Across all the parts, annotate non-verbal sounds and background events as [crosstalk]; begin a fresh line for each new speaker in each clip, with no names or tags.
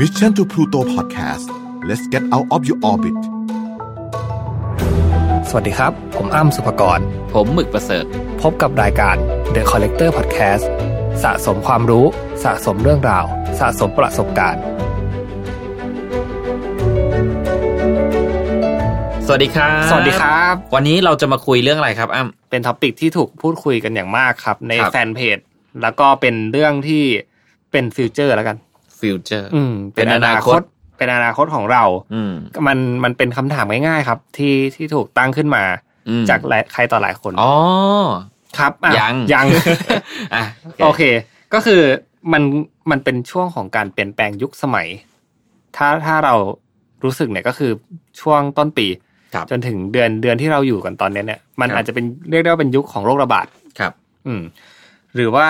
Mission to Pluto Podcast let's get out of your orbit
สวัสดีครับ ผมอ้ำสุภกร
ผมหมึกประเสริฐ
พบกับรายการ The Collector Podcast สะสมความรู้ สะสมเรื่องราว สะสมประสบการณ์
สวัสดีครับ
สวัสดีครับ
วันนี้เราจะมาคุยเรื่องอะไรครับอ้ำ
เป็นท็อปิกที่ถูกพูดคุยกันอย่างมากครับ ใน
ครับ
แฟนเพจ แล้วก็เป็นเรื่องที่เป็นฟิวเจอร์แล้วกัน
ฟิวเจอร์
อืม เป็นอ
เป็นอ
นา
นา
ค
ค
ต
ต
เป็นอนาคตของเรา
อืม
มันมันเป็นคำถามง่ายๆครับ ที่ที่ถูกตั้งขึ้นมา
อืม
จากหลายใครต่อหลายคน
อ๋อ
ครับอ่ะ
ยัง
[laughs] ยัง
อ่ะ
โอเค ก็คือมันมันเป็นช่วงของการเปลี่ยนแปลงยุคสมัย ถ้าถ้าเรารู้สึกเนี่ยก็คือช่วงต้นปี
ครับ
จนถึงเดือนเดือนที่เราอยู่กันตอนเนี้ยเนี่ย มัน
ครับ
อาจจะเป็นเรียกได้ว่าเป็นยุคของโรคระบาด
ครับ
อืม หรือว่า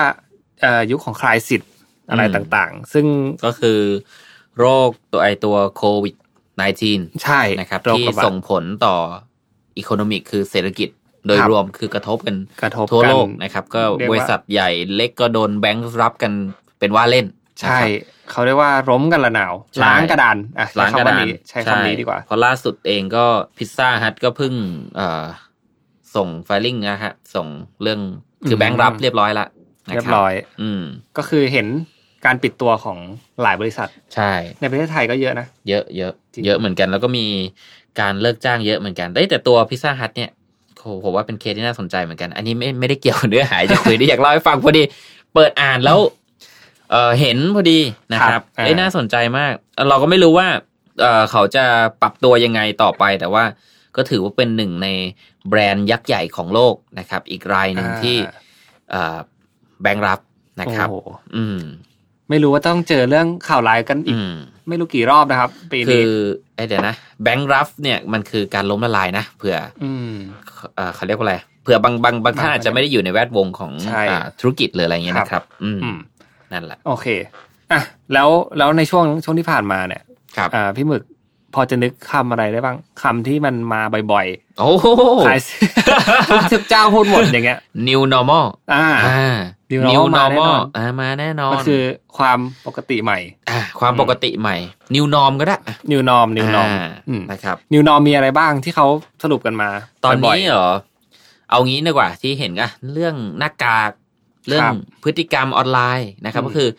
เอ่อยุคของคลายสิทธิ์อะไร
อืม
ต่างๆ ซึ่ง
ก็คือโรคตัวไอตัวโควิด -19
ใช่
นะครับ
โรค
ที่
ระบาด
ส่งผลต่ออีโคโนมิกคือเศรษฐกิจ โดย
ครับ
รวมคือกระทบกัน
กระทบ
ทั่ว
กัน
โลกนะครับ ก็
เรียกว่า
บริษัทใหญ่เล็กก็โดนแบงค์รับกันเป็นว่าเล่นนะ
ใช่
ครับ
เขาเรียกว่าร้มกันละนาว
ใช่
ล้างกระดานอ่ะใช้
ล้างกระ
คำ
ดาน
นี้ใช้คำนี้ดีกว่า
เพราะล่าสุดเองก็พิซซ่าฮัทก็เพิ่งเอ่อส่งไฟลิ่งนะฮะ ส่งเรื่องคือ
ม
แบงค์รับเรียบร้อยละนะค
เรียบร้อย
อืม
ก็คือเห็นการปิดตัวของหลายบริษัท
ใช่
ในประเทศไทยก็เยอะนะ
เยอะเยอะ
จริง
เยอะเหมือนกันแล้วก็มีการเลิกจ้างเยอะเหมือนกันเอ้ยแต่ตัวพิซซ่าฮัทเนี่ยโหผมว่าเป็นเคสที่น่าสนใจเหมือนกัน อันนี้ไม่ไม่ได้เกี่ยวกับเนื้อหาจะคุยได้อยากเล่าให้ฟังพอดี เปิดอ่านแล้ว เออเห็นพอดีนะ
ค
ค
รั
รั
บบ อ่า
เอ้ยน่าสนใจมาก เราก็ไม่รู้ว่า เออเขาจะปรับตัวยังไงต่อไป แต่ว่าก็ถือว่าเป็นหนึ่งในแบรนด์ยักษ์ใหญ่ของโลกนะครับ อีกรายหนึ่งที่ เออแบงค์รับนะครับ
โอ้โห
อืม
ไม่รู้ว่าต้องเจอเรื่องข่าวร้ายกันอี
อื
ก
ม
ไม่รู้กี่รอบนะครับ ปี
คื
นี้
อไอยเดี๋ยวนะแบงค์รัฟเนี่ยมันคือการล้มละลายนะเผื่อ
ม
เอ่อเขาเรียกว่าอะไรเผื่อบางบางบางท่านอาจจะไม่ได้อยู่ในแวดวงของ
ใช่
อ่าธุรกิจหรืออะไรเงี้ย
ครับ
นะครับ อืม
อืม
นั่นแหละ
โอเคอ่ะแล้วแล้วในช่วงช่วงที่ผ่านมาเนี่ย
ครับ
อ่าพี่หมึกพอจะนึกคำอะไรได้บ้างคำที่มันมาบ่อย
โอ้โห
ๆคลาย [laughs] ทุกเจ้าพูดหมดอย่างเงี้ย
[laughs] new normal
อ่า
อ่า
New normal มาแน่นอน
อ่ามาแน่นอน
มันคือความปกติใหม่
าความปกติใหม่ new norm ก็ได้
new norm new norm
า
อืม
นะครับ
new norm มีอะไรบ้างที่เขาสรุปกันมา
ตอน
บ่ย
นี้
ๆ
เหรอ เอางี้ดีกว่าที่เห็นอะเรื่องหน้ากากเรื่องพฤติกรรมออนไลน์นะครับ
อืม
ก็คือ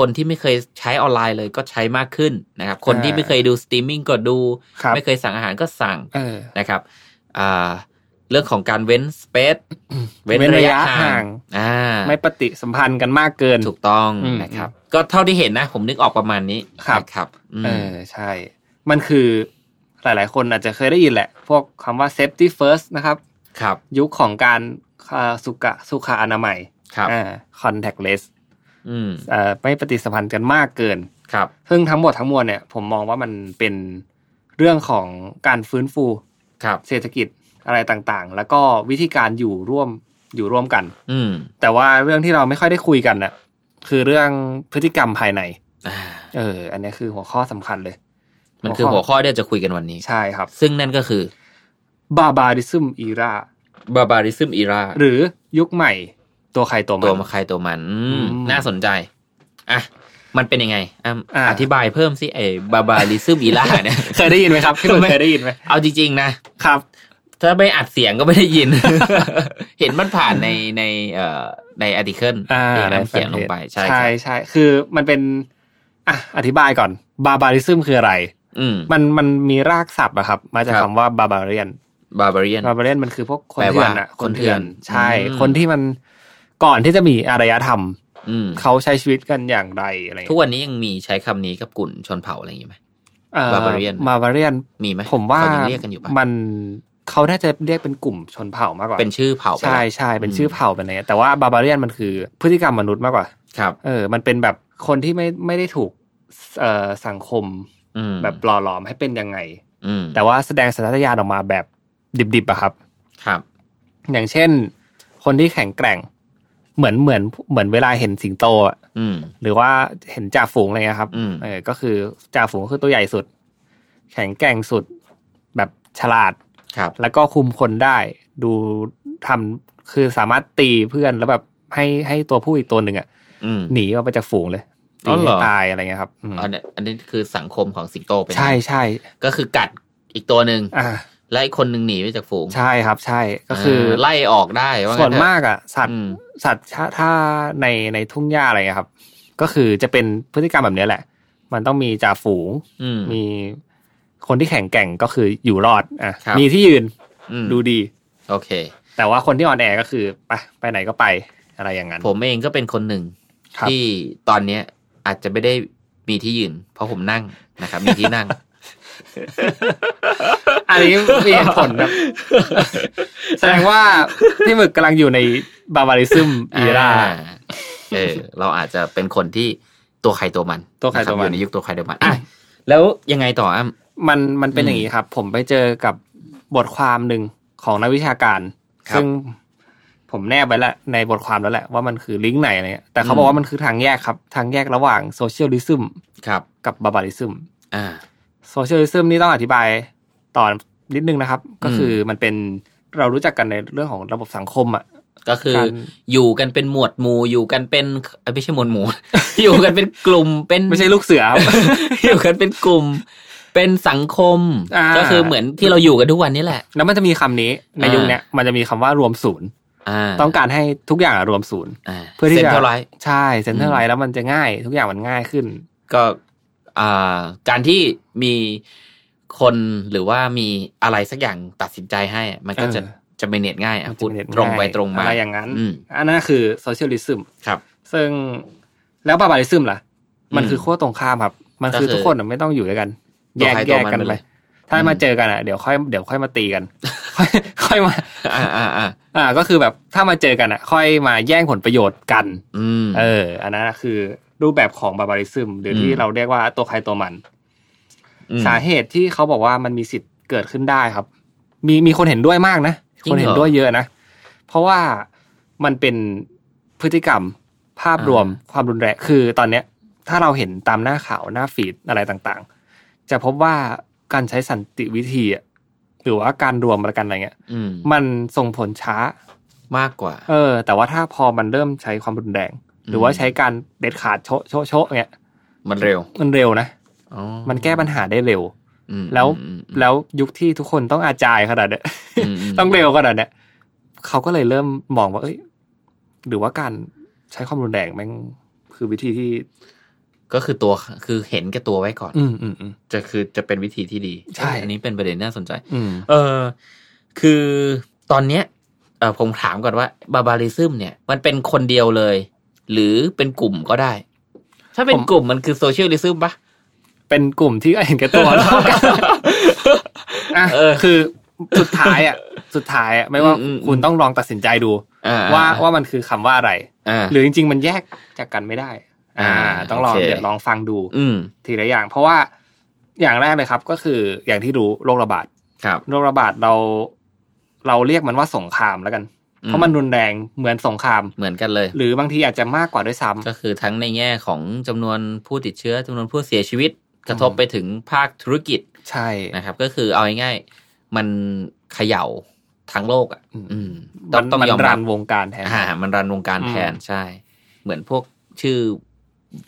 คนที่ไม่เคยใช้ออนไลน์เลยก็ใช้มากขึ้นนะครับ คน
อ่า
ที่ไม่เคยดูสตรีมมิ่งก็ดู
ครับ
ไม่เคยสั่งอาหารก็สั่ง
เออ
นะครับอ่าเรื่องของการเว้นสเป
[coughs]
ซเว้น
เว้นระ
ระ
ยะ
ยะห่า
ห่าง
งอ่า
ไม่ปฏิสัมพันธ์กันมากเกิน
ถูกต้อง
อืม
นะครับ ก็เท่าที่เห็นนะ ผมนึกออกประมาณนี้
ครับ
นะครับอืม
เออใช่ มันคือหลาย ๆ คนอาจจะเคยได้ยินแหละ พวกคำว่า safety first นะครับ
ครับ
ยุคของการอ่าสุขะสุขอนามัย
ครับ
อ่า contactless
อืม
เอ่อไม่ปฏิสัมพันธ์กันมากเกิน
ครับ
ซึ่งทั้งหมดทั้งมวลเนี่ย ผมมองว่ามันเป็นเรื่องของการฟื้นฟู
ครับ
เศรษฐกิจอะไรต่างๆ แล้วก็วิธีการอยู่ร่วมอยู่ร่วมกัน
อืม
แต่ว่าเรื่องที่เราไม่ค่อยได้คุยกันน่ะคือเรื่องพฤติกรรมภายใน
อ่า
เออ อันนี้คือหัวข้อสำคัญเลย
มันคือหัวข้อที่เราจะคุยกันวันนี้
ใช่ครับ
ซึ่งนั่นก็คือ
barbarism era
บาบาริซึมอีรา
หรือยุคใหม่ตัวใครตัวมั
ตั
น
วมาใครตัวมันอืม
อืม
น่าสนใจ อ่ะ มันเป็นยังไงอ่ะ
อ่า
อธิบายเพิ่มสิไอ้บาบาริซึมอีรา
[laughs]
เนี่ย
เคยได้ยินไหมครับพี่หมึก
ไม่
เคยได้ยินไหม
เอาจริง ๆ นะ
ครับ
ถ้าไม่อัดเสียงก็ไม่ได้ยิน [laughs] เห็นมันผ่านในในเอ่อในอาร์ติเคิล
อ่า
ที่นำเสียงลงไปใช่ครับ
ใช่ใช่คือมันเป็นอ่ะอธิบายก่อน barbarism คืออะไร
อืม
มันมันมีรากศัพท์อะครับ มาจาก
ครับ
คำว่า barbarian
บาบาเรียน
barbarian มันคือพวกคน
แปล
เถื่
ว่า
อนอะ
คนเถื่อน
ใช่
อืม
คนที่มันก่อนที่จะมีอารยธรรม
อืม
เขาใช้ชีวิตกันอย่างไรอะไร
ทุกวันนี้ยังมีใช้คำนี้กับกลุ่มชนเผ่าอะไรอย่างงี้ไหม Barbarian
บาบาเรียน
มีไหม
ผมว่า
เขยังเรียกกันอยู่ปะ
มันเขาน่าจะเรียกเป็นกลุ่มชนเผ่ามากกว่า
เป็นชื่อเผ่าไป
ใช่
แล้ว
ใช่เป็นชื่อเผ่าเป็นอะไรเงี้ยแต่ว่าบาบาเรียนมันคือพฤติกรรมมนุษย์มากกว่า
ครับ
เออ มันเป็นแบบคนที่ไม่ไม่ได้ถูกเอ่อสังคม
อืม
แบบหล่อหลอมให้เป็นยังไง
อืม
แต่ว่าแสดงสัญชาตญาณออกมาแบบดิบๆอะครับ
ครับ
อย่างเช่น คนที่แข็งแกร่ง เหมือนเหมือนเหมือนเวลาเห็นสิงโตอะ
อืม
หรือว่าเห็นจ่าฝูงอะไรเงี้ยครับ
อืม
เออ ก็คือจ่าฝูงก็คือตัวใหญ่สุด แข็งแกร่งสุด แบบฉลาด
ครับ
แล้วก็คุมคนได้ดูทำคือสามารถตีเพื่อนแล้วแบบให้ให้ตัวผู้อีกตัวหนึ่งอะ
อืม
หนีออกไปจากฝูงเลย ตี
อ๋อเหร
ให้
อ
ตายอะไรเงี้ยครับอืม
อันนี้อันนี้คือสังคมของสิงโตไปนะ
ใช่ใช่
ก็คือกัดอีกตัวหนึ่ง
อ่า
และอีกคนหนึ่งหนีไปจากฝูง
ใช่ครับ ใช่ก็คือ
เไล่ออกได้ว่า
ส่วน
งั้นเถอะ
มากอ่ะสัต
อื
ว์
ม
สัตว์ถ้าถ้าในในทุ่งหญ้าอะไรเงี้ยครับ ก็คือจะเป็นพฤติกรรมแบบเนี้ยแหละ มันต้องมีจ่าฝูง
อืม
มีคนที่แข็งแกร่งก็คืออยู่รอดอ่ะ
ครับ
มีที่ยืน
อืม
ดูดี
โอเค
แต่ว่าคนที่อ่อนแอก็คือไปไปไหนก็ไปอะไรอย่างนั้น
ผมเองก็เป็นคนหนึ่ง
ครับ
ที่ตอนเนี้ยอาจจะไม่ได้มีที่ยืน เพราะผมนั่งนะครับ มีที่นั่ง
อันนี้มีเหตุผล
[laughs]
ครับ แสดงว่าพี่หมึกกำลังอยู่ในบาบาริซึม [laughs] อีรา
เออ เราอาจจะเป็นคนที่ตัวใครตัวมัน
ตัวใครตัวมัน
ะบอยู่ในยุคตัวใครตัวมันอ่ะแล้วยังไงต่ออ่ะ
มันมันเป็น
อืม
อย่างนี้ครับ ผมไปเจอกับบทความหนึ่งของนักวิชาการ
ครับ
ซึ่งผมแนบไว้และในบทความแล้วแหละว่ามันคือลิงก์ไหนอะไรเงี้ยแต่เขาบอ
อื
ก
ม
ว่ามันคือทางแยกครับ ทางแยกระหว่างโซเชียลิซึม
ครับ
กับบาบาริซึม
อ่า
โซเชียลิซึมนี่ต้องอธิบายต่อนิดนึงนะครับ ก็คือมันเป็นเรารู้จักกันในเรื่องของระบบสังคมอ่ะ
ก็คือ
การ
อยู่กันเป็นหมวดหมู่อยู่กันเป็นเอ้ยไม่ใช่หมวดหมู่ [laughs] อยู่กันเป็นกลุ่มเป็น
ไม่ใช่ลูกเสือครับ
[laughs] อยู่กันเป็นกลุ่ม เป็นสังคม
อ่า
ก็คือเหมือนที่เราอยู่กันทุกวันนี้แหละ
แล้วมันจะมีคำนี้ใน
อ่ายุ
ยุคเนี้ยมันจะมีคำว่ารวมศูนย์
อ่า
ต้องการให้ทุกอย่างอะรวมศูนย์
อ่า
เพื่อที่จะ
เซ็นเท่าไร
ใช่เซ็นเตอร์ไล
อืม
น์แล้วมันจะง่าย ทุกอย่างมันง่ายขึ้น
ก็อ่าการที่มีคนหรือว่ามีอะไรสักอย่างตัดสินใจให้อะมันก็จะ
เออ
จะเป็นเน็ตง่ายอะ
มันจะ
พูด
เป็นเน็
ตรงไป
ง่ย
ตรงมา
อะไรอย่างนั้น
อืม
อันนั้นคือโซเชียลิซึม
ครับ
ซึ่งแล้วบาบาลิซึมล่ะ มัน
อืม
คือขั้วตรงข้ามครับ มันคือ
ก็คือ
ทุกคนอะไม่ต้องอยู่ด้วยกัน แยก
ตัวใคร
แยก
ตัวมัน
กัน
ไป
ไป
เลย
ถ้า
อืม
มาเจอกันอ่ะเดี๋ยวค่อยเดี๋ยวค่อยมา
[laughs]
ตีกัน ค่อยค่อยมา
อ่าอ่าอ่า
อ่าก็คือแบบถ้ามาเจอกันอ่ะ ค่อยมาแย่งผลประโยชน์กัน
อืม
เออ อันนั้นอะคือรูปแบบของบาบาริซึมหรืออ
ม
ที่เราเรียกว่าตัวใครตัวมัน
ม
สาเหตุที่เขาบอกว่ามันมีสิทธิ์เกิดขึ้นได้ครับ มีมีคนเห็นด้วยมากนะ
จริ
ค
งเหรอ
นเห็นด้วยเยอะนะ เพราะว่ามันเป็นพฤติกรรมภาพรวมความรุนแรงคือตอนเนี้ย ถ้าเราเห็นตามหน้าข่าวหน้าฟีดอะไรต่างๆ จะพบว่าการใช้สันติวิธีอะหรือว่าการรวมประกันอะไรเงี้ย
อืม
มันส่งผลช้า
มากกว่า
เออ แต่ว่าถ้าพอมันเริ่มใช้ความรุนแรง หรือว่าใช้การเด็ดขาดโชะโชะโชะเงี้ย
มันเร็ว
มันเร็วนะ
อ๋อ
มันแก้ปัญหาได้เร็ว
อืม
แล้ว
อืมอืม
แล้วยุคที่ทุกคนต้องอาจายขนาดเนี้ย
มม
ต้องเร็วขนาดเนี้ยเขาก็เลยเริ่มมองว่า เอ้ย หรือว่าการใช้ความรุนแรงแม่งคือวิธีที่
ก็คือตัวคือเห็นแก่ตัวไว้ก่อน
อืมอืมอืม
จะคือจะเป็นวิธีที่ดี
ใช่
อันนี้เป็นประเด็นน่าสนใจ
อืม
เออคือตอนเนี้ยเออผมถามก่อนว่าบาบาริซึมเนี่ย มันเป็นคนเดียวเลย หรือเป็นกลุ่มก็ได้ ถ้าเป็น
ผม
กลุ่มมันคือโซเชียลิซึมปะ
เป็นกลุ่มที่เห็นแก่ตัว [laughs] แล้วกันอ่ะ
เออ
คือสุดท้ายอ่ะ สุดท้ายอ่ะไม่ว่า
อืมอืม
คุณต้องลองตัดสินใจดู
อ่
ว่าว่ามันคือคำว่าอะไร
อ่า
หรือจริง ๆ มันแยกจากกันไม่ได้ อ่า
อ่า
ต้องลอง
โอเค
เดี๋ยวลองฟังดู
อืม
ทีละอย่าง เพราะว่าอย่างแรกเลยครับ ก็คืออย่างที่รู้โรคระบาด
ครับ
โรคระบาดเราเราเรียกมันว่าสงครามแล้วกัน เพราะมันรุนแรงเหมือนสงคราม
เหมือนกันเลย
หรือบางทีอาจจะมากกว่าด้วยซ้ำ
ก็คือทั้งในแง่ของจำนวนผู้ติดเชื้อจำนวนผู้เสียชีวิต กระทบ
อืม
ไปถึงภาคธุรกิจ
ใช่
นะครับ ก็คือเอาง่ายๆมันเขย่าทั้งโลกอ่ะ
อืม
อืมต้
มั
อง
น
ต้อง
มัน
ยอม
รั
รับ
นวงการแทน
อ่ามันรันวงการ
อืม
แทนใช่ เหมือนพวกชื่อ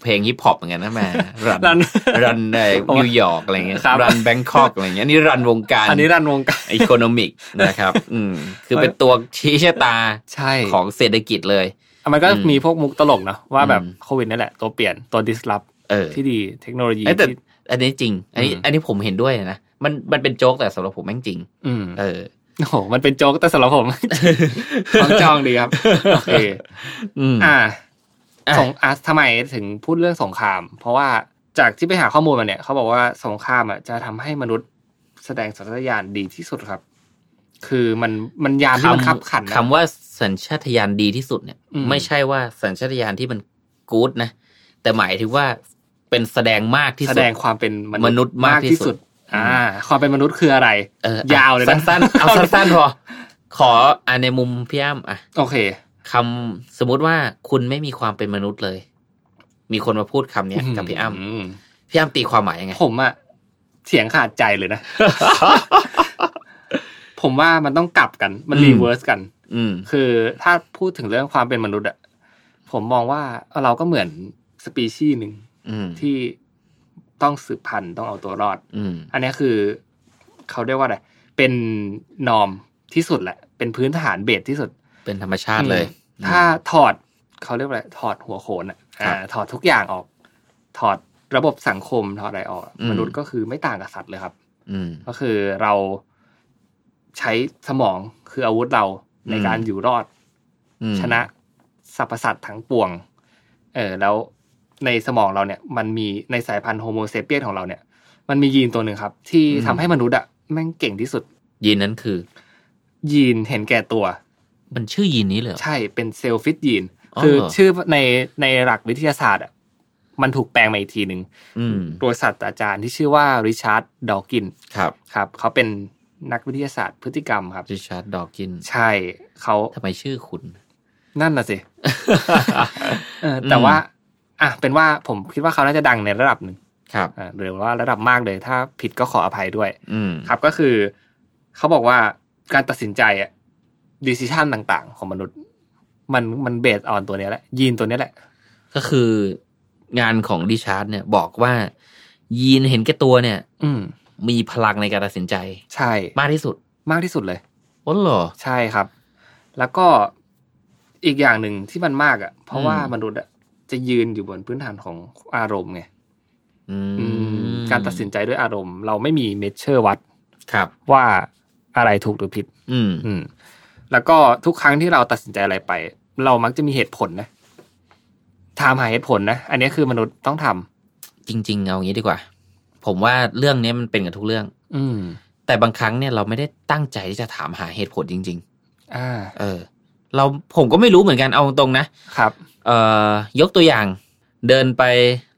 เพลงฮิปฮอปเหมือนกันนะ
[laughs]
แม่ รัน
รัน
รันใน
โอ้ย
นิวยอร์กอะไรเงี้ย
[laughs] ครับ
รันแบงคอกอะไรเงี้ยอันนี่รันวงการ [laughs]
อันนี้รันวงการ
อีโคโน
[laughs]
มิกนะครับ อืมคือเป็นตัวชี้ชะตา
ใช่
ของเศรษฐกิจเลย
มันก็
อืม
มีพวกมุกตลกเนอะว่าแบบ
อืม
โควิดนั่นแหละ ตัวเปลี่ยนตัว disrupt
เออ
ที่ดีเทคโนโลยี
เอ้ยแต่
ที่
อันนี้จริง อันนี้
อืม
อันนี้ผมเห็นด้วยนะมันมันเป็นโจ๊กแต่สำหรับผมแม่งจริง
อืม
เออ
โอ้โหมันเป็นโจ๊กแต่สำหรับผม ของจองดีครับโอเค
อืม
อ่า
อ่ะ
สงอ่ะทำไมถึงพูดเรื่องสงคราม เพราะว่าจากที่ไปหาข้อมูลมาเนี่ยเขาบอกว่าสงครามอ่ะจะทำให้มนุษย์แสดงสัญชาตญาณดีที่สุดครับ คือมันมันยามที่มันคับขันนะ
คำว่าสัญชาตญาณดีที่สุดเนี่ย
อืม
ไม่ใช่ว่าสัญชาตญาณที่มันกู๊ดนะ แต่หมายถึงว่าเป็นแสดงมากที่
แส
สุด
ดงความเป็น
มนุษย์มากที่สุด
อ่า ความเป็นมนุษย์คืออะไร
เออย
าวเลยนะ
สั้นๆเอาสั้นๆพอขออ่านในมุมพี่อ้ำอ่ะ
โอเค
คำสมมุติว่าคุณไม่มีความเป็นมนุษย์เลย มีคนมาพูดคำเนี้ยกับพี่อ้ำพี่อ้ำตีความหมายยังไง
ผมอ่ะเสียงขาดใจเลย
[laughs]
นะ ผมว่ามันต้องกลับกันมัน
อืม
รีเวิร์สกัน
อืม
คือถ้าพูดถึงเรื่องความเป็นมนุษย์อะผมมองว่าเราก็เหมือน สปีชีส์หนึ่ง
อืม
ที่ต้องสืบพันธุ์ต้องเอาตัวรอด
อืม
อันนี้คือเขาเรียกว่าอะไร เป็นนอมที่สุดแหละ เป็นพื้นฐานเบสที่สุด
เป็นธรรมชาติเลย
อืมถ้าถอดเขาเรียกว่าอะไรถอดหัวโขนอะ
ครับ
อ่าถอดทุกอย่างออก ถอดระบบสังคมถอดอะไรออก
อืม
มนุษย์ก็คือไม่ต่างกับสัตว์เลยครับ
อืม
ก็คือเราใช้สมองคืออาวุธเราใน
อืม
การอยู่รอด
อืม
ชนะสรรพสัตว์ทั้งปวง เออแล้วในสมองเราเนี่ย มันมีในสายพันธุ์โฮโมเซเปียนของเราเนี่ย มันมียีนตัวหนึ่งครับ ที่ทำให้มนุษย์อะแม่งเก่งที่สุด
ยีนนั้นคือ
ยีนเห็นแก่ตัว
มันชื่อยีนนี้เลยเหรอ
ใช่เป็นเซลฟิตยีน
อ๋อ
คือชื่อในในหลักวิทยาศาสตร์อะมันถูกแปลงมาอีกทีหนึ่ง
อืม
โดยศาสตราจารย์ที่ชื่อว่าริชาร์ดดอกิน
ครับ
ครับเขาเป็นนักวิทยาศาสตร์พฤติกรรมครับ
ริชาร์ดดอกิน
ใช่เขา
ทำไมชื่อ
[laughs]
คุณ
นั่นน่ะสิเออแต่ว่า อ่ะเป็นว่าผมคิดว่าเขาน่าจะดังในระดับหนึ่ง
ครับ
อ่ะหรือว่าระดับมากเลย ถ้าผิดก็ขออภัยด้วย
อืม
ครับก็คือเขาบอกว่าการตัดสินใจอะดิส i ชันต่าง ๆ ของมนุษย์ มันมันเบสออนตัวเนี้ยแหละยีนตัวเนี้ยแหละ
ก็คืองานของริชาร์ดเนี่ยบอกว่า ยีนเห็นแก่ตัวเนี่ย
อืม
มีพลังในการตัดสินใจ
ใช่
มากที่สุด
มากที่สุดเลย
โอ้เหรอ
ใช่ครับ แล้วก็อีกอย่างหนึ่งที่มันมากอะ่ะ เพราะว่า
อืม
มนุษย์อะจะยืนอยู่บนพื้นฐานของอารมณ์ไง
อืม
อืมการตัดสินใจด้วยอารมณ์ เราไม่มีเมเชอร์วัด
ครับ
ว่าอะไรถูกหรือผิด
อืม
อืม แล้วก็ทุกครั้งที่เราตัดสินใจอะไรไป เรามักจะมีเหตุผลนะถามหาเหตุผลนะอันนี้คือมนุษย์ต้องทำ
จริง ๆ เอางี้ดีกว่า ผมว่าเรื่องนี้มันเป็นกับทุกเรื่อง
อืม
แต่บางครั้งเนี่ยเราไม่ได้ตั้งใจที่จะถามหาเหตุผลจริง
อ่า
ๆ เออ เราผมก็ไม่รู้เหมือนกันเอาตรงๆนะครับ เอ่อยกตัวอย่าง เดินไป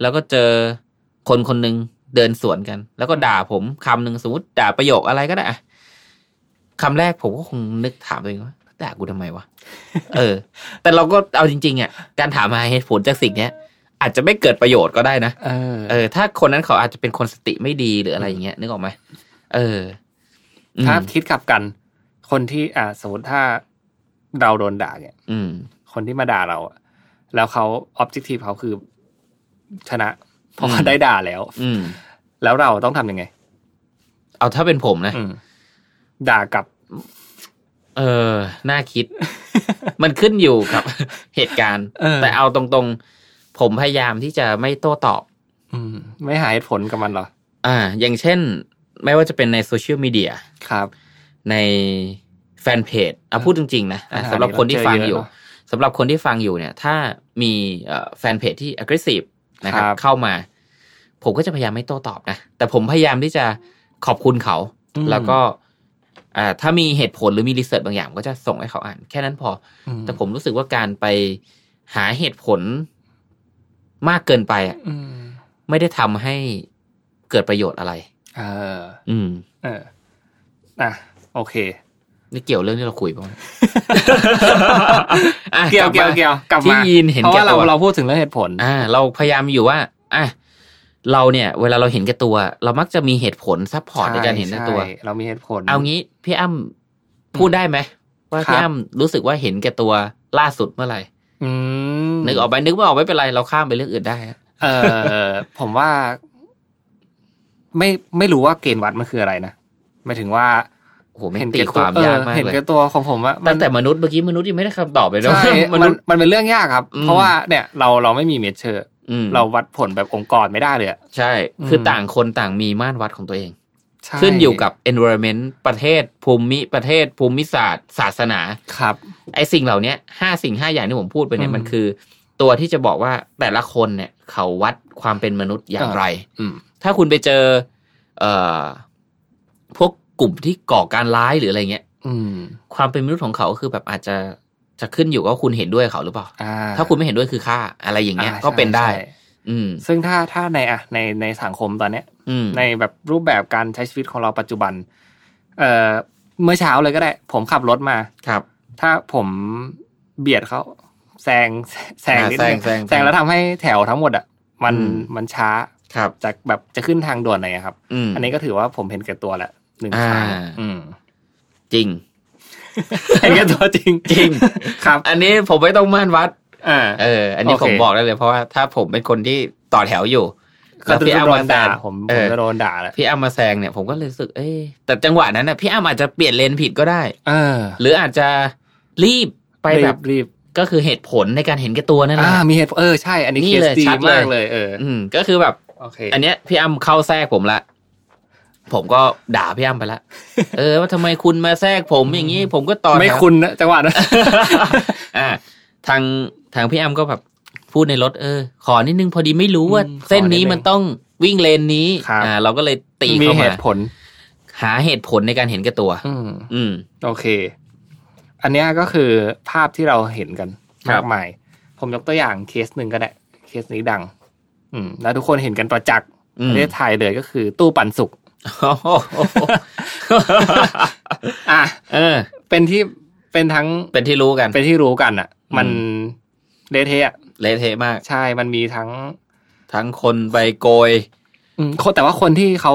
แล้วก็เจอคนคนหนึ่งเดินสวนกัน แล้วก็ด่าผมคำหนึ่งสมมติด่าประโยคอะไรก็ได้อะคำแรกผมก็คงนึกถามตัวเองว่าด่ากูทำไมวะ เออ แต่เราก็เอาจริง ๆอ่ะการถามหาเหตุผลจากสิ่งเนี้ย อาจจะไม่เกิดประโยชน์ก็ได้นะ
เออ
เออถ้าคนนั้นเขาอาจจะเป็นคนสติไม่ดีหรืออะไรอย่างเงี้ยนึกออกไหมเอออืม
ถ้าคิดกลับกัน คนที่อ่าสมมติถ้าเราโดนด่าเนี่ย
อืม
คนที่มาด่าเราอะแล้วเขาออบเจกตีฟเขาคือชนะ เพราะว่า
อืม
ได้ด่าแล้ว
อืม
แล้วเราต้องทำยังไง
เอาถ้าเป็นผมนะ
อืม ด่ากลับ
เออ น่าคิด มันขึ้นอยู่กับ [laughs] เหตุการณ์
เออ
แต่เอาตรงๆ ผมพยายามที่จะไม่โต้ตอบ
อืม [laughs] ไม่หาเหตุผลกับมันเหรอ
อ่า อย่างเช่น ไม่ว่าจะเป็นในโซเชียลมีเดีย
ครับ
ในแฟนเพจเอาพูดจริงๆนะอ่ะ
อ่า
สำหรับคนที่ฟังอยู่
เจอเยอะเนอะ
สำหรับคนที่ฟังอยู่เนี่ย ถ้ามีเอ่อแฟนเพจที่ aggressive นะครับ
ครับ
เข้ามา ผมก็จะพยายามไม่โต้ตอบนะ แต่ผมพยายามที่จะขอบคุณเขา
อืม
แล้วก็อ่าถ้ามีเหตุผลหรือมีรีเสิร์ชบางอย่างผมก็จะส่งให้เขาอ่าน แค่นั้นพอ
อื
แต่ผมรู้สึกว่าการไปหาเหตุผลมากเกินไปอะ
อืม
ไม่ได้ทำให้เกิดประโยชน์อะไร
เออ
อืม
เอออ่ะโอเค
นี่เกี่ยวเรื่องที่เราคุยป่ะวะ อ่ะ
เกี่ยว
ลั
เกี่ยว
บมา
เกี่ยวกลับ
ที่
มา
ยีนเห็น
เพราะ
แก่
ว่าเรา
ตัว
เราพูดถึงเรื่องเหตุผล
อ่าเราพยายามอยู่ว่าอ่ะเราเนี่ย เวลาเราเห็นแก่ตัว เรามักจะมีเหตุผลซัพพอร์ตในการเห็นแก่ตัว
ใช่เรามีเหตุผล
เอางี้พี่อ้ำพูดได้ไหม
ครั
ว่า
บ
พี่อ้ำรู้สึกว่าเห็นแก่ตัวล่าสุดเมื่อไหร่
อืม
นึกออกไหมนึกไม่ออกไม่เป็นไรเราข้ามไปเรื่องอื่นได้อะ
เออ ผมว่า ไม่ไม่รู้ว่าเกณฑ์วัดมันคืออะไรนะหมายถึงว่า
โอ้โหไม่งตีความ
เออย
ากมาก
เห็น
เลย
แก่ตัวของผมอะมั
ตั้งแต่มนุษย์เมื่อกี้มนุษย์ยังไม่ได้คำตอบเลยนะ
ใช่
ม
มัน
นุษย์
มันเป็นเรื่องยากครับ
อืม
เพราะว่าเนี่ย เราเราไม่มีเมเชอร์
อืม
เราวัดผลแบบองค์กรไม่ได้เลยอะ
ใช่ คืออ
ม
ต่างคนต่างมีมาตรวัดของตัวเอง
ใช่
ขึ้นอยู่กับ environment ประเทศ ภูมิประเทศ ภูมิศาสตร์ ศาสนา
ครับ
ไอ้สิ่งเหล่าเนี้ยห้าสิ่งห้าอย่างที่ผมพูดไปเนี่ย
อืม
มันคือ ตัวที่จะบอกว่าแต่ละคนเนี่ย เขาวัดความเป็นมนุษย์อย่างไร
อืม
ถ้าคุณไปเจอ เอ่อพวกกลุ่มที่ก่อการร้ายหรืออะไรเงี้ย
อืม
ความเป็นมนุษย์ของเขาก็คือแบบอาจจะจะขึ้นอยู่กับว่าคุณเห็นด้วยเขาหรือเปล่า
อ่า
ถ้าคุณไม่เห็นด้วยคือฆ่าอะไรอย่างเงี้ย
อ่า
ก็เป็นได้
ใช่
อืม
ซึ่งถ้าถ้าในอะในในสังคมตอนเนี้ย
อืม
ในแบบรูปแบบการใช้ชีวิตของเราปัจจุบัน เอ่อเมื่อเช้าเลยก็ได้ ผมขับรถมา
ครับ
ถ้าผมเบียดเขาแซงแซง
อ่า
นิดนึง
แซงแซง
แซงแล้วทำให้แถวทั้งหมดอ่ะมัน
อืม
มันช้า
ครับ
จากแบบจะขึ้นทางด่วนไหนอะครับ
อืม
อันนี้ก็ถือว่าผมเห็นแก่ตัวแหละหนึ่งครั้ง
อ่า
อืม
จริง
เห็นแก่ตัวจริง
จริง
ครับ
อันนี้ผมไม่ต้องม่านวัด
อ่า
เออ อันนี้
โอเค
ผมบอกได้เลย เพราะว่าถ้าผมเป็นคนที่ต่อแถวอยู่
ก็
แล้ว
จะ
พี่อ้ำ
โด
มาน แซ
ด่าง ผม
เอ
ผม
อ
จะโดนด่าแหละ
พี่อ้ำมาแซงเนี่ยผมก็เลยรู้สึก เอ้ยแต่จังหวะนั้นน่ะพี่อ้ำอาจจะเปลี่ยนเลนผิดก็ได้
เออ
หรืออาจจะรีบไปแบบ
รีบ
ก็คือเหตุผลในการเห็นแก่ตัวนั่
ๆ
นแหละ
อ่ามีเหตุผลเออใช่ อันนี้
นี่
เคส
เลย
ดี
ชัดเลย
มากเลย เออ
อืมก็คือแบบ
โอเค
อันเนี้ยพี่อ้ำเข้าแทรกผมละ ผมก็ด่าพี่อ้ำไป
[laughs]
ละ เออ ว่าทำไมคุณมาแทรกผมอย่างนี้ ผมก็ตอน
ไม่คุณนะจังหวะนั้น
อ่าทางทางพี่อ้ำก็แบบพูดในรถเออ ขอนิดนึงพอดีไม่รู้ว่า
อืม
เส้นนี้
ขอนิดนึง
มันต้องวิ่งเลนนี้
ครับ
อ่า เราก็เลย [laughs] ตี
มี
เข้า
เห
มา
ตุผล
หาเหตุผลในการเห็นแก่ตัว
อืม
อืม
โอเค อันเนี้ยก็คือภาพที่เราเห็นกัน
ครับ
มากมาย ผมยกตัวอย่างเคสหนึ่งก็ได้ เคสนี้ดัง อืม แล้วทุกคนเห็นกันประจักษ์
อื
ป
ม
ระเทศไทยเลยก็คือตู้ปัน
[laughs]
สุก
โอ้โห
อ่ะ
เออ
เป็นที่เป็นทั้ง
เป็นที่รู้กัน
เป็นที่รู้กันอ่ะ มันเละเทะอะ
เละเทะมาก
ใช่ มันมีทั้ง
ทั้งคนไปโกย
อืมคนแต่ว่าคนที่เขา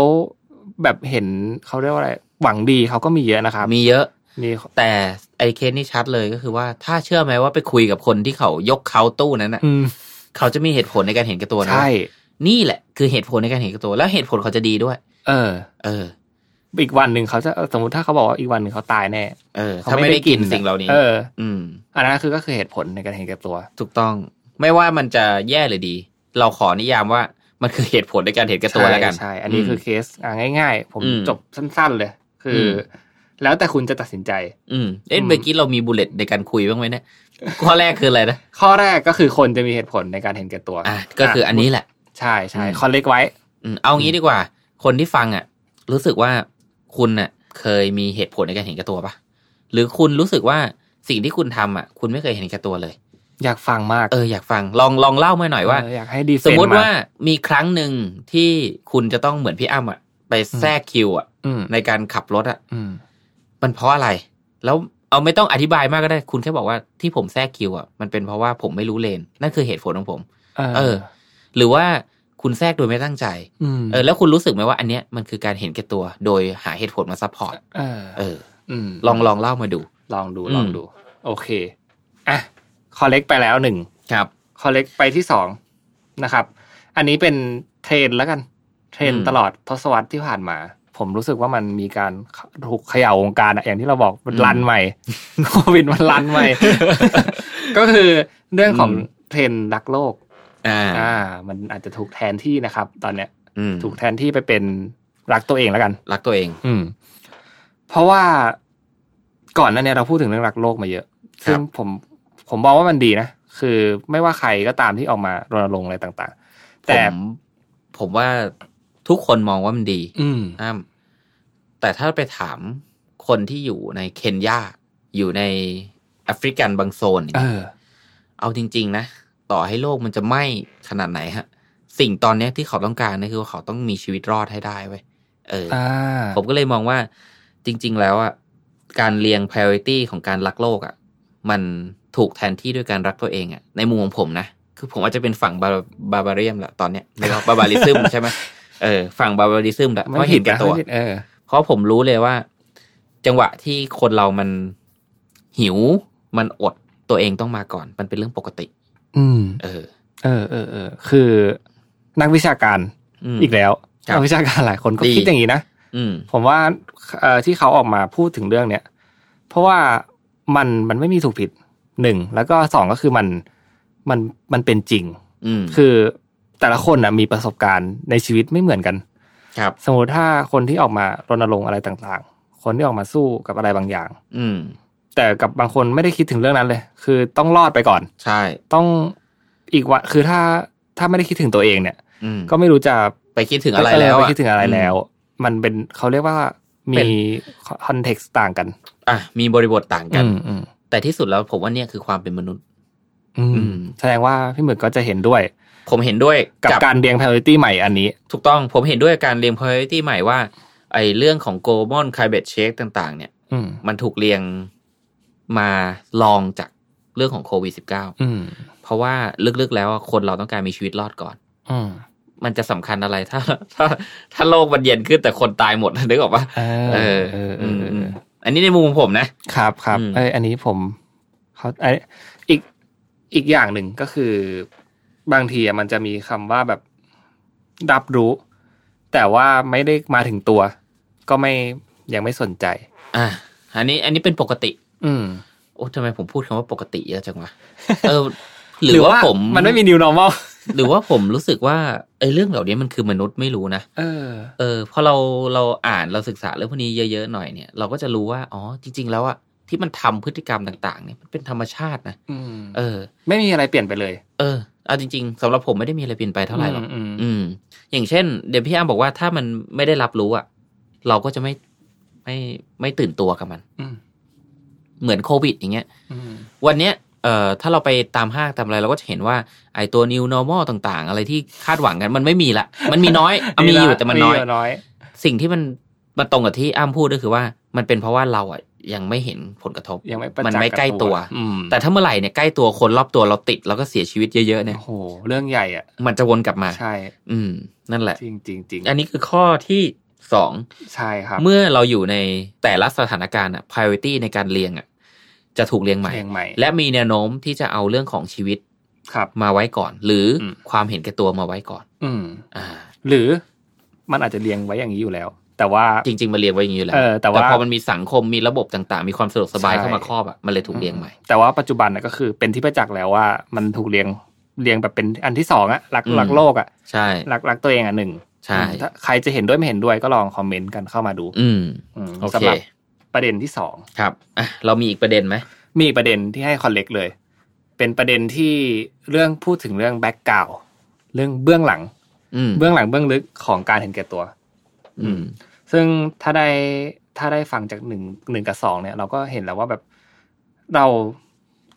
แบบเห็นเขาเรียกว่าอะไร หวังดีเขาก็มีเยอะนะครับ
มีเยอะ
มี
แต่ไอเคสนี่ชัดเลยก็คือว่าถ้าเชื่อไหมว่าไปคุยกับคนที่เขายกเขาน์ตู้นั้นน่ะ
อืม
เขาจะมีเหตุผลในการเห็นแก่ตัวนะ
ใช่
นี่แหละคือเหตุผลในการเห็นแก่ตัว แล้วเหตุผลเขาจะดีด้วย
เออ
เออ
อีกวันหนึ่งเขาจะเออสมมติถ้าเขาบอกว่าอีกวันหนึ่งเขาตายแน่
เออ
เขา
ถ้าไม่ได้กิน
ย
สิ่งเหล่านี้
เออ
อืม
อันนั้นคือก็คือเหตุผลในการเห็นแก่ตัว
ถูกต้อง ไม่ว่ามันจะแย่หรือดี เราขอนิยามว่ามันคือเหตุผลในการเห็นแก่ตัว
ใช่
แล้วกัน
ใช่ อันนี้คือเคสอ่าง่าย ๆ ผม
อืม
จบสั้น ๆเลย คืออ
ม
แล้วแต่คุณจะตัดสินใจ
อืมเอ๊ะเมื่อกี้เรามีบุลเลตในการคุยบ้างไหมเนี่ยข้อแรกคืออะไรนะ
ข้อแรกก็คือคนจะมีเหตุผลในการเห็นแก่ตัว
อ่ะก็คืออันนี้แหละ
ใช่ใช่
อืม
คอนเล็กไว้
อืมเอางี้ดีกว่า คนที่ฟังอ่ะ รู้สึกว่าคุณน่ะ เคยมีเหตุผลในการเห็นแก่ตัวปะหรือคุณรู้สึกว่าสิ่งที่คุณทำอ่ะ คุณไม่เคยเห็นแก่ตัวเลย
อยากฟังมาก
เอออยากฟังลองลองเล่ามาหน่อยว่า
เอออยากให้ดีเฟน
สมมติว่ามีครั้งหนึ่งที่คุณจะต้องเหมือนพี่อ้ำอ่ะ ไปแทรกคิวอ่ะ
อืม
ในการขับรถอ่ะ
อืม
มันเพราะอะไร แล้วเอาไม่ต้องอธิบายมากก็ได้ คุณแค่บอกว่าที่ผมแทรกคิวอ่ะมันเป็นเพราะว่าผมไม่รู้เลนนั่นคือเหตุผลของผม
เออ
เออ หรือว่าคุณแทรกโดยไม่ตั้งใจ
อืม
เออแล้วคุณรู้สึกไหมว่าอันเนี้ยมันคือการเห็นแก่ตัว โดยหาเหตุผลมาซัพพอร์ต
เออ
เออ
ม
ลองลองเล่ามาดู
ลองดู
อืม
ลองดู โอเคอ่ะคอเล็กไปแล้วหนึ่ง
ครับ
คอเล็กไปที่สองนะครับ อันนี้เป็นเทรนแล้วกัน เทรน
อืม
ตลอดทศวรรษที่ผ่านมา ผมรู้สึกว่ามันมีการถูกเขย่าวงการอะอย่างที่เราบอกมัน
อืม
รันใหม่ [laughs] โควิดมันรัน
[laughs]
ใหม่ ก็คือเรื่องของ
อืม
เทรนรักโลก
อ่า
อ่า มันอาจจะถูกแทนที่นะครับ ตอนเนี้ย
อืม
ถูกแทนที่ไปเป็นรักตัวเองแล้วกัน
รักตัวเอง
อืม เพราะว่าก่อนหนั้นเนี่ยเราพูดถึงเรื่องรักโลกมาเยอะ ซึ่งผมผมมองว่ามันดีนะ คือไม่ว่าใครก็ตามที่ออกมารณรงค์อะไรต่าง ๆ
ผ
แต่
มผมว่าทุกคนมองว่ามันดี
อืม
อ้ามแต่ถ้าไปถามคนที่อยู่ในเคนยาอยู่ในแอฟริกันบางโซนเนี่ย
เออ
เอาจริง ๆ นะ ต่อให้โลกมันจะไหม้ขนาดไหนฮะ สิ่งตอนเนี้ยที่เขาต้องการนะคือว่าเขาต้องมีชีวิตรอดให้ได้เว้ยเออ
อ่า
ผมก็เลยมองว่าจริง ๆ แล้วอ่ะการเรียง priority ของการรักโลกอ่ะมันถูกแทนที่ด้วยการรักตัวเองอ่ะในมุมของผมนะ คือผมอาจจะเป็นฝั่งบาบาบาเรียมละตอนเนี้ยไม่รบาบาริซึม ใช่ไหมเออฝั่งบาบาริซึมละเพ
ไม่
ราะ
ผิ
เห็
ด
นแก่
นะ
ตัว
ไม่ผิดเออ
เพราะผมรู้เลยว่า จังหวะที่คนเรามันหิวมันอดตัวเองต้องมาก่อน มันเป็นเรื่องปกติ
อืม
เออ
เออเออเออ คือนักวิชาการ
อืม
อีกแล้ว
ครับ
นักวิชาการหลายคนก็
ดี
คิดอย่างนี้นะ
อืม
ผมว่าเอ่อที่เขาออกมาพูดถึงเรื่องเนี้ยเพราะว่ามันมันไม่มีถูกผิดหนึ่งแล้วก็สองก็คือมันมันมันเป็นจริง
อืม
คือแต่ละคนนะมีประสบการณ์ในชีวิตไม่เหมือนกัน
ครับ
สมมติถ้าคนที่ออกมารณรงค์อะไรต่างๆ คนที่ออกมาสู้กับอะไรบางอย่าง
อืม
แต่กับบางคนไม่ได้คิดถึงเรื่องนั้นเลย คือต้องรอดไปก่อน
ใช่
ต้องอีกวันคือถ้าถ้าไม่ได้คิดถึงตัวเองเนี่ย
อืม
ก็ไม่รู้จะ
ไปคิดถึงอะไรแล้ว
เไป
อะ
คิดถึงอะไรแล้ว มันเป็นเขาเรียกว่า
เป็
มี
น
คอนเท็กซ์ต่างกัน
อ่ะมีบริบทต่างกัน
อืมอืม
แต่ที่สุดแล้วผมว่าเนี่ยคือความเป็นมนุษย์
อืม
อืม
แสดงว่าพี่หมึกก็จะเห็นด้วย
ผมเห็นด้วย
กับการเรียง priority ใหม่อันนี้
ถูกต้อง ผมเห็นด้วยกับการเรียง priority ใหม่ว่า ไอ้เรื่องของ global climate change ต่าง ๆ เนี่ย
อืม
มันถูกเรียงมาลองจากเรื่องของโควิด -19
อืม
เพราะว่าลึกๆแล้วอะคนเราต้องการมีชีวิตรอดก่อน
อืม
มันจะสำคัญอะไรถ้า [laughs] ถ้า ถ้าโลกมันเย็นขึ้นแต่คนตายหมด นึกออกปะ
เออ
เออ
เออเออเอ
อืม
อ
อื
อ
มอันนี้ในมุมของผมนะ
ครับครับ
อืม
เอยอันนี้ผมเขาไอยอีก อีกอย่างหนึ่งก็คือบางทีอะมันจะมีคำว่าแบบรับรู้ แต่ว่าไม่ได้มาถึงตัว ก็ไม่ยังไม่สนใจ
อ่ะอันนี้อันนี้เป็นปกติ
อืม
โอ้ทำไมผมพูดคำว่าปกติเยอะจัง
[laughs]
วะ เออ หรือว่าผม
นไม่มี new normal
หรือว่าผมรู้สึกว่าไอ้เรื่องเหล่านี้มันคือมนุษย์ไม่รู้นะ
เออ
เออพอเราเราอ่านเราศึกษาเรื่องพวกนี้เยอะๆหน่อยเนี่ย เราก็จะรู้ว่าอ๋อจริง ๆ แล้วอะที่มันทำพฤติกรรมต่าง ๆ เนี่ยมันเป็นธรรมชาตินะ
อืม
เออ
ไม่มีอะไรเปลี่ยนไปเลย
เออเอาจริง ๆสำหรับผมไม่ได้มีอะไรเปลี่ยนไปเท่าไหร่หรอก
อืมอืม
อืม อย่างเช่น เดี๋ยวพี่อ้ามบอกว่าถ้ามันไม่ได้รับรู้อะเราก็จะไม่ไม่ไม่ตื่นตัวกับมัน
อืม
เหมือนโควิดอย่างเงี้ย
อืม
วันเนี้ยเอ่อถ้าเราไปตามห้างตามอะไรเราก็จะเห็นว่าไอ้ตัว new normal ต่างๆ อะไรที่คาดหวังกันมันไม่มีละ มันมี [laughs] น้อยอ่ะมีอยู่แต่มันน้อย
น้อย
สิ่งที่มันมันตรงกับที่อ้ำพูดก็คือว่า มันเป็นเพราะว่าเราอ่ะยังไม่เห็นผลกระทบ
ยังไม่ประจักษ์
มันไม่ใกล้ตัว
อืม
แต่ถ้าเมื่อไหร่เนี่ยใกล้ตัวคนรอบตัวเราติดแล้วก็เสียชีวิตเยอะๆเนี่ย
โอ้โห เรื่องใหญ่อ่ะ
มันจะวนกลับมา
ใช่
อืม นั่นแหละ
จริงจริงจริง
อันนี้คือข้อที่สอง
ใช่ครับ
เมื่อเราอยู่ในแต่ละสถานการณ์อ่ะ priority ในการเรียงอ่ะจะถูกเรียงใหม่
เพลงใหม่
และมีแนวโน้มที่จะเอาเรื่องของชีวิต
ครับ
มาไว้ก่อน หรืออ
ม
ความเห็นแก่ตัวมาไว้ก่อน
อืม
อ่า
หรือมันอาจจะเรียงไว้อย่างนี้อยู่แล้ว แต่ว่า
จริง ๆมาเรียงไว้อย่างนี้อยู่แล้ว
เออแต่ว่า
พอมันมีสังคมมีระบบต่างๆ มีความสะดวกสบายเข้ามาครอบอ่ะมันเลยถูกเรียงใหม่
แต่ว่าปัจจุบันน่ะก็คือเป็นที่ประจักษ์แล้วว่า มันถูกเรียงเรียงแบบเป็นอันที่สองอะรัก
อืม
รักโลกอะ
ใช่
รักรักตัวเองอะหนึ่ง
ใช่
ถ้าใครจะเห็นด้วยไม่เห็นด้วยก็ลองคอมเมนต์กันเข้ามาดู
อืม
อืม
โอเค
สำหรับประเด็นที่สอง
ครับอ่ะเรามีอีกประเด็นไหม
มีประเด็นที่ให้คอนเล็กเลย เป็นประเด็นที่เรื่องพูดถึงเรื่องแบ็กกราวเรื่องเบื้องหลัง
อืม
เบื้องหลังเบื้องลึกของการเห็นแก่ตัว
อืม
ซึ่งถ้าได้ถ้าได้ฟังจากหนึ่งหนึ่งกับสองเนี่ย เราก็เห็นแล้วว่าแบบเรา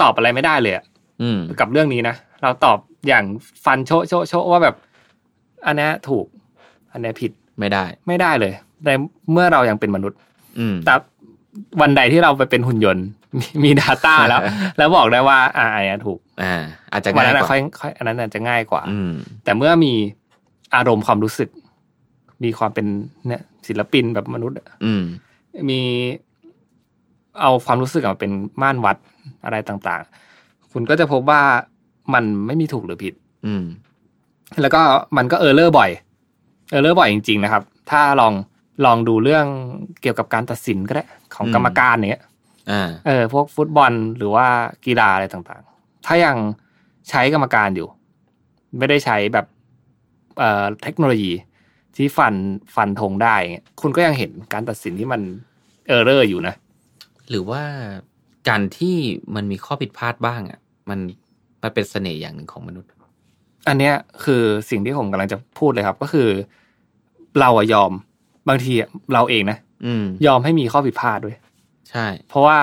ตอบอะไรไม่ได้เลยอะ
อืม
กับเรื่องนี้นะ เราตอบอย่างฟันโชะโชะโชะว่าแบบ อันเนี้ยถูก อันเนี้ยผิด
ไม่ได้
ไม่ได้เลยในเมื่อเรายังเป็นมนุษย์
อืม
แต่วันใดที่เราไปเป็นหุ่นยนต์ [laughs] มีมีดาต้า
[laughs]
แล้ว แล้วบอกได้ว่าอ่าอันเนี้ยถูก
อ่า อาจจะ
วัน
ง่าย
นั้น
ก
อะค่อ
ว่า
ยค่อยอันนั้นอาจจะง่ายกว่า
อืม
แต่เมื่อมีอารมณ์ความรู้สึก มีความเป็นเนี่ยศิลปินแบบมนุษย์อะ
อืม
มีเอาความรู้สึกมาเป็นม่านวัดอะไรต่างๆ คุณก็จะพบว่ามันไม่มีถูกหรือผิด
อืม
แล้วก็มันก็เออร์เลอร์บ่อย เออร์เลอร์บ่อยจริง ๆ นะครับ ถ้าลองลองดูเรื่องเกี่ยวกับการตัดสินก็ได้ ของ
อืม
กรรมการเนี้ย
อ่า
เออพวกฟุตบอลหรือว่ากีฬาอะไรต่างๆ ถ้ายังใช้กรรมการอยู่ ไม่ได้ใช้แบบเอ่อเทคโนโลยีที่ฟันฟันธงได้เงี้ยคุณก็ยังเห็นการตัดสินที่มันเออร์เลอร์อยู่นะ
หรือว่าการที่มันมีข้อผิดพลาดบ้างอ่ะ มันมันเป็นเสน่ห์อย่างหนึ่งของมนุษย์
อันเนี้ยคือสิ่งที่ผมกำลังจะพูดเลยครับ ก็คือ เราอะยอมบางทีอะเราเองนะ
อืม
ยอมให้มีข้อผิดพลาดด้วย
ใช่
เพราะว่า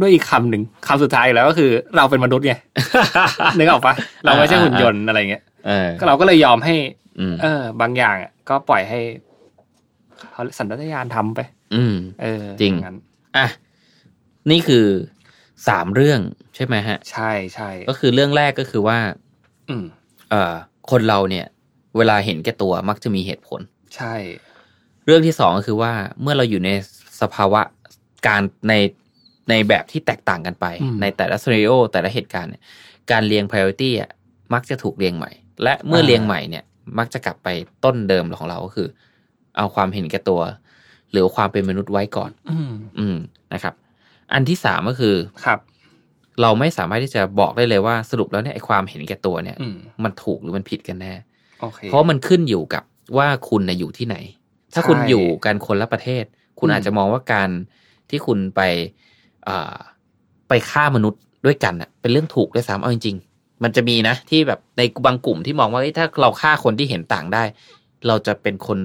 ด้วยอีกคำหนึ่งคำสุดท้ายอีกแล้วก็คือ เราเป็นมนุษย์ไง นึกออกปะเราไม่ใช่หุ่นยนต์อะไรเงี้ย
[laughs] เออ
ก็เราก็เลยยอมให้
อืม
เออบางอย่างอะก็ปล่อยให้เขาสัญชาตญาณทำไป
อืม
เออ
จริง
อย่านั้น
อ่ะ นี่คือสามเรื่องใช่ไหมฮะ
ใช่ใช่
ก็คือเรื่องแรกก็คือว่า
อืม
เอ่อ คนเราเนี่ย เวลาเห็นแก่ตัวมักจะมีเหตุผล
ใช่
เรื่องที่สองก็คือว่าเมื่อเราอยู่ในสภาวะการในในแบบที่แตกต่างกันไป ในแต่ละซีน n โอแต่ละเหตุการณ์เนี่ยการเรียง priority อ่ะมักจะถูกเรียงใหม่ และเมื่อเรียงใหม่เนี่ยมักจะกลับไปต้นเดิมของเราก็คือ เอาความเห็นแก่ตัว หรือความเป็นมนุษย์ไว้ก่อน
อืม
อืมนะครับ อันที่สามก็คือ
ครับ
เราไม่สามารถที่จะบอกได้เลยว่าสรุปแล้วเนี่ยไอ้ความเห็นแก่ตัวเนี่ย
อืม
มันถูกหรือมันผิดกันแน่
โอเค
เพราะมันขึ้นอยู่กับว่าคุณนะอยู่ที่ไหน ถ้าคุณ
ใช่
อยู่กันคนละประเทศ คุณ
อืม
อาจจะมองว่าการที่คุณไปเอ่อไปฆ่ามนุษย์ด้วยกันน่ะเป็นเรื่องถูกด้วยซ้ำเอาจริงๆ มันจะมีนะที่แบบในบางกลุ่มที่มองว่าเอ้ยถ้าเราฆ่าคนที่เห็นต่างได้ เราจะเป็นคน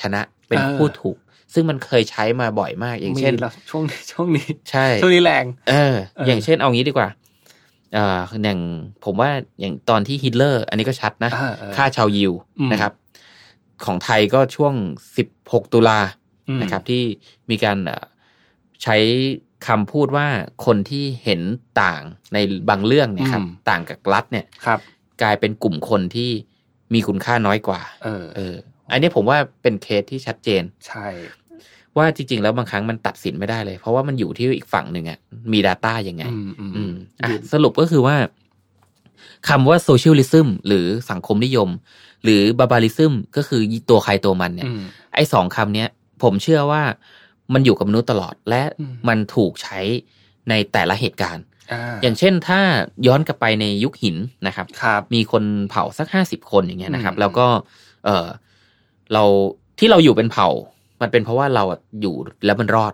ชนะเป็นผู้ถูก ซึ่งมันเคยใช้มาบ่อยมาก อย่างเช่น
มีแล้วช่วงนี้ช่วงนี้
ใช่
ช่วงนี้แรง
เออ
เออ
อ
อ
ย่างเช่นเอางี้ดีกว่าเอ่ออย่างผมว่าอย่างตอนที่ฮิตเลอร์ อันนี้ก็ชัดนะ
อ่าเออ
ฆ่าชาวยิว
อืม
นะครับ ของไทยก็ช่วง 16 ตุลา
อืม
นะครับ ที่มีการเอ่อใช้คำพูดว่าคนที่เห็นต่างในบางเรื่องเนะครับ ต่างกับรัฐเนี่ย
ครับ
กลายเป็นกลุ่มคนที่มีคุณค่าน้อยกว่า
เออ
เออ อันนี้ผมว่าเป็นเคสที่ชัดเจน
ใช่
ว่าจริง ๆ แล้วบางครั้งมันตัดสินไม่ได้เลย เพราะว่ามันอยู่ที่อีกฝั่งหนึ่งอะมี Data ยังไง
อืมอืม
อืมอ่ะ
อืม
สรุปก็คือว่าคำว่าโซเชียลิซึมหรือสังคมนิยม หรือบาบาลิซึมก็คือตัวใครตัวมันเนี่ย
อืม
ไอ้สองคำเนี้ย ผมเชื่อว่ามันอยู่กับมนุษย์ตลอดและ
อืม
มันถูกใช้ในแต่ละเหตุการณ์
อ่า
อย่างเช่นถ้าย้อนกลับไปในยุคหินนะครับ
ครับ
มีคนเผ่าสักห้าสิบคนอย่างเงี้ยนะครับ
อืม
แล้วก็ เออเราที่เราอยู่เป็นเผ่า มันเป็นเพราะว่าเราอะอยู่แล้วมันรอด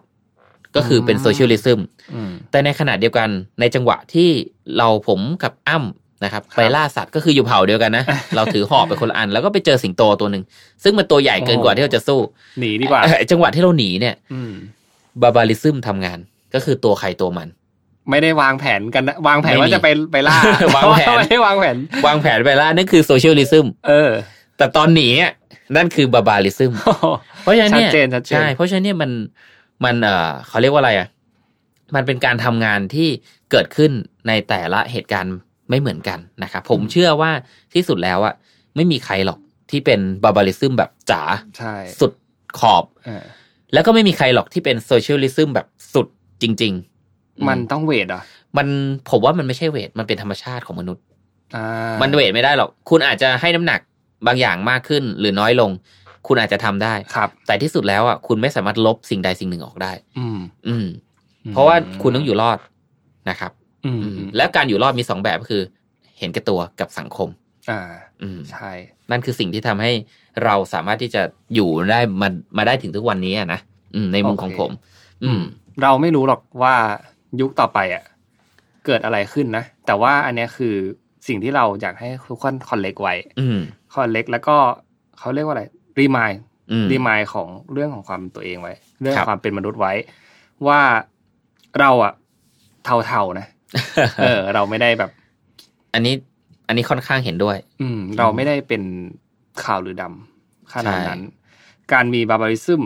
ก็คือเป็นโซเชียลิซึม
อืม
แต่ในขณะเดียวกันในจังหวะที่เราผมกับอ้ำนะครับ
ครับ
ไปล่าสัตว์ก็คืออยู่เผ่าเดียว
[laughs]
กันนะ เราถือหอบไปคนละอัน แล้วก็ไปเจอสิงโตตัวหนึ่งซึ่งมันตัวใหญ่เกินกว่า
โอ้โห
ที่เราจะสู้
หนีดีกว่า
เอ่อจังหวะที่เราหนีเนี่ย
อืม
บาบาลิซึมทำงาน ก็คือตัวใครตัวมัน
ไม่ได้วางแผนกันนะวางแผน
ไม่มี
ว่าจะไปไปล่า
[laughs]
[laughs]
วางแผน
ไม่ได้วางแผน
วางแผนไปล่านั่นคือโซเชียลิซึม
เออ
แต่ตอนหนีอะนั่นคือบาบาลิซึม เพราะฉะนั้นเนี่ย
ชัดเจนชัดเจน
ใช่เพราะฉะนั้นเนี่ยมันมันเอ่อเขาเรียกว่าอะไรอ่ะมันเป็นการทำงานที่เกิดขึ้นในแต่ละเหตุการณ์ไม่เหมือนกันนะครับผมเชื่อว่าที่สุดแล้วอ่ะไม่มีใครหรอกที่เป็นบาบาลิซึมแบบจ๋า
ใช่
สุดขอบ
เออ
แล้วก็ไม่มีใครหรอกที่เป็นโซเชียลิซึมแบบสุดจริง ๆ
มันต้องเวทเหรอ่ะ
มันผมว่ามันไม่ใช่เวทมันเป็นธรรมชาติของมนุษย์
อ่า
มันเวทไม่ได้หรอก คุณอาจจะให้น้ำหนักบางอย่างมากขึ้นหรือน้อยลง คุณอาจจะทำได้
ครับ
แต่ที่สุดแล้วอ่ะคุณไม่สามารถลบสิ่งใดสิ่งหนึ่งออกได้
อืม
อืม เพราะว่าคุณต้องอยู่รอดนะครับ
อืม
อืม
อืม
และการอยู่รอดมีสองแบบก็คือ เห็นแก่ตัวกับสังคม
อ่า
อืม
ใช่
นั่นคือสิ่งที่ทำให้เราสามารถที่จะอยู่ได้มามาได้ถึงทุกวันนี้อะนะอืมในมุม
โอเค
ของผม อืม
เราไม่รู้หรอกว่ายุคต่อไปอ่ะเกิดอะไรขึ้นนะ แต่ว่าอันเนี้ยคือสิ่งที่เราอยากให้ทุกคนคอนเล็กไว้
อืม
คอนเล็กแล้วก็เขาเรียกว่าอะไรรีมาย
อืม
รีมายของเรื่องของความตัวเองไว้ เรื่อง
ครับ
ความเป็นมนุษย์ไว้ ว่าเราอะเท่าๆนะ เออ เราไม่ได้แบบ
อันนี้ อันนี้ค่อนข้างเห็นด้วย
อืม เราไม่ได้เป็นขาวหรือดำขนาดนั้น
ใช่
การมีบาบาริซึม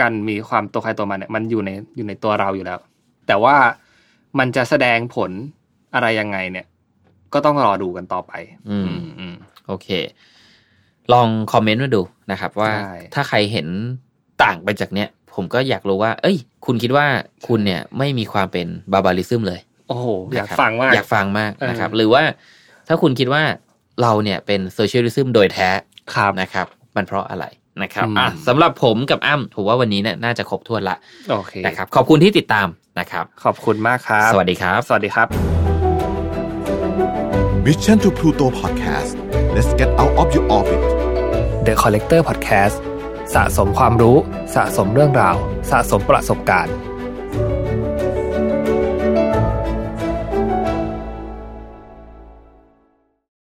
การมีความตัวใครตัวมันเนี่ยมันอยู่ในอยู่ในตัวเราอยู่แล้ว แต่ว่ามันจะแสดงผลอะไรยังไงเนี่ย ก็ต้องรอดูกันต่อไป
อืม
อืม
โอเค ลองคอมเมนต์มาดูนะครับ ว่า
ใช่
ถ้าใครเห็นต่างไปจากเนี้ยผมก็อยากรู้ว่า เอ้ย คุณคิดว่าคุณเนี่ย ไม่มีความเป็นบาบาลิซึมเลย
โอ้โห อยาก
นะครับ
ฟังมาก
อยากฟังมากนะครับ
เออ
หรือว่าถ้าคุณคิดว่าเราเนี่ยเป็นโซเชียลิซึมโดยแท้
ครับ
นะครับ มันเพราะอะไรนะครับ
อืม
อ่ะสำหรับผมกับอ้ำผมว่าวันนี้เนี่ยน่าจะครบถ้วนละ
โอเค
นะครับ ขอบคุณที่ติดตามนะครับ
ขอบคุณมากครับ
สวัสดีครับ
สวัสดีครับ
Mission to Pluto Podcast let's get out of your orbit
The Collector Podcast สะสมความรู้ สะสมเรื่องราว สะสมประสบการณ์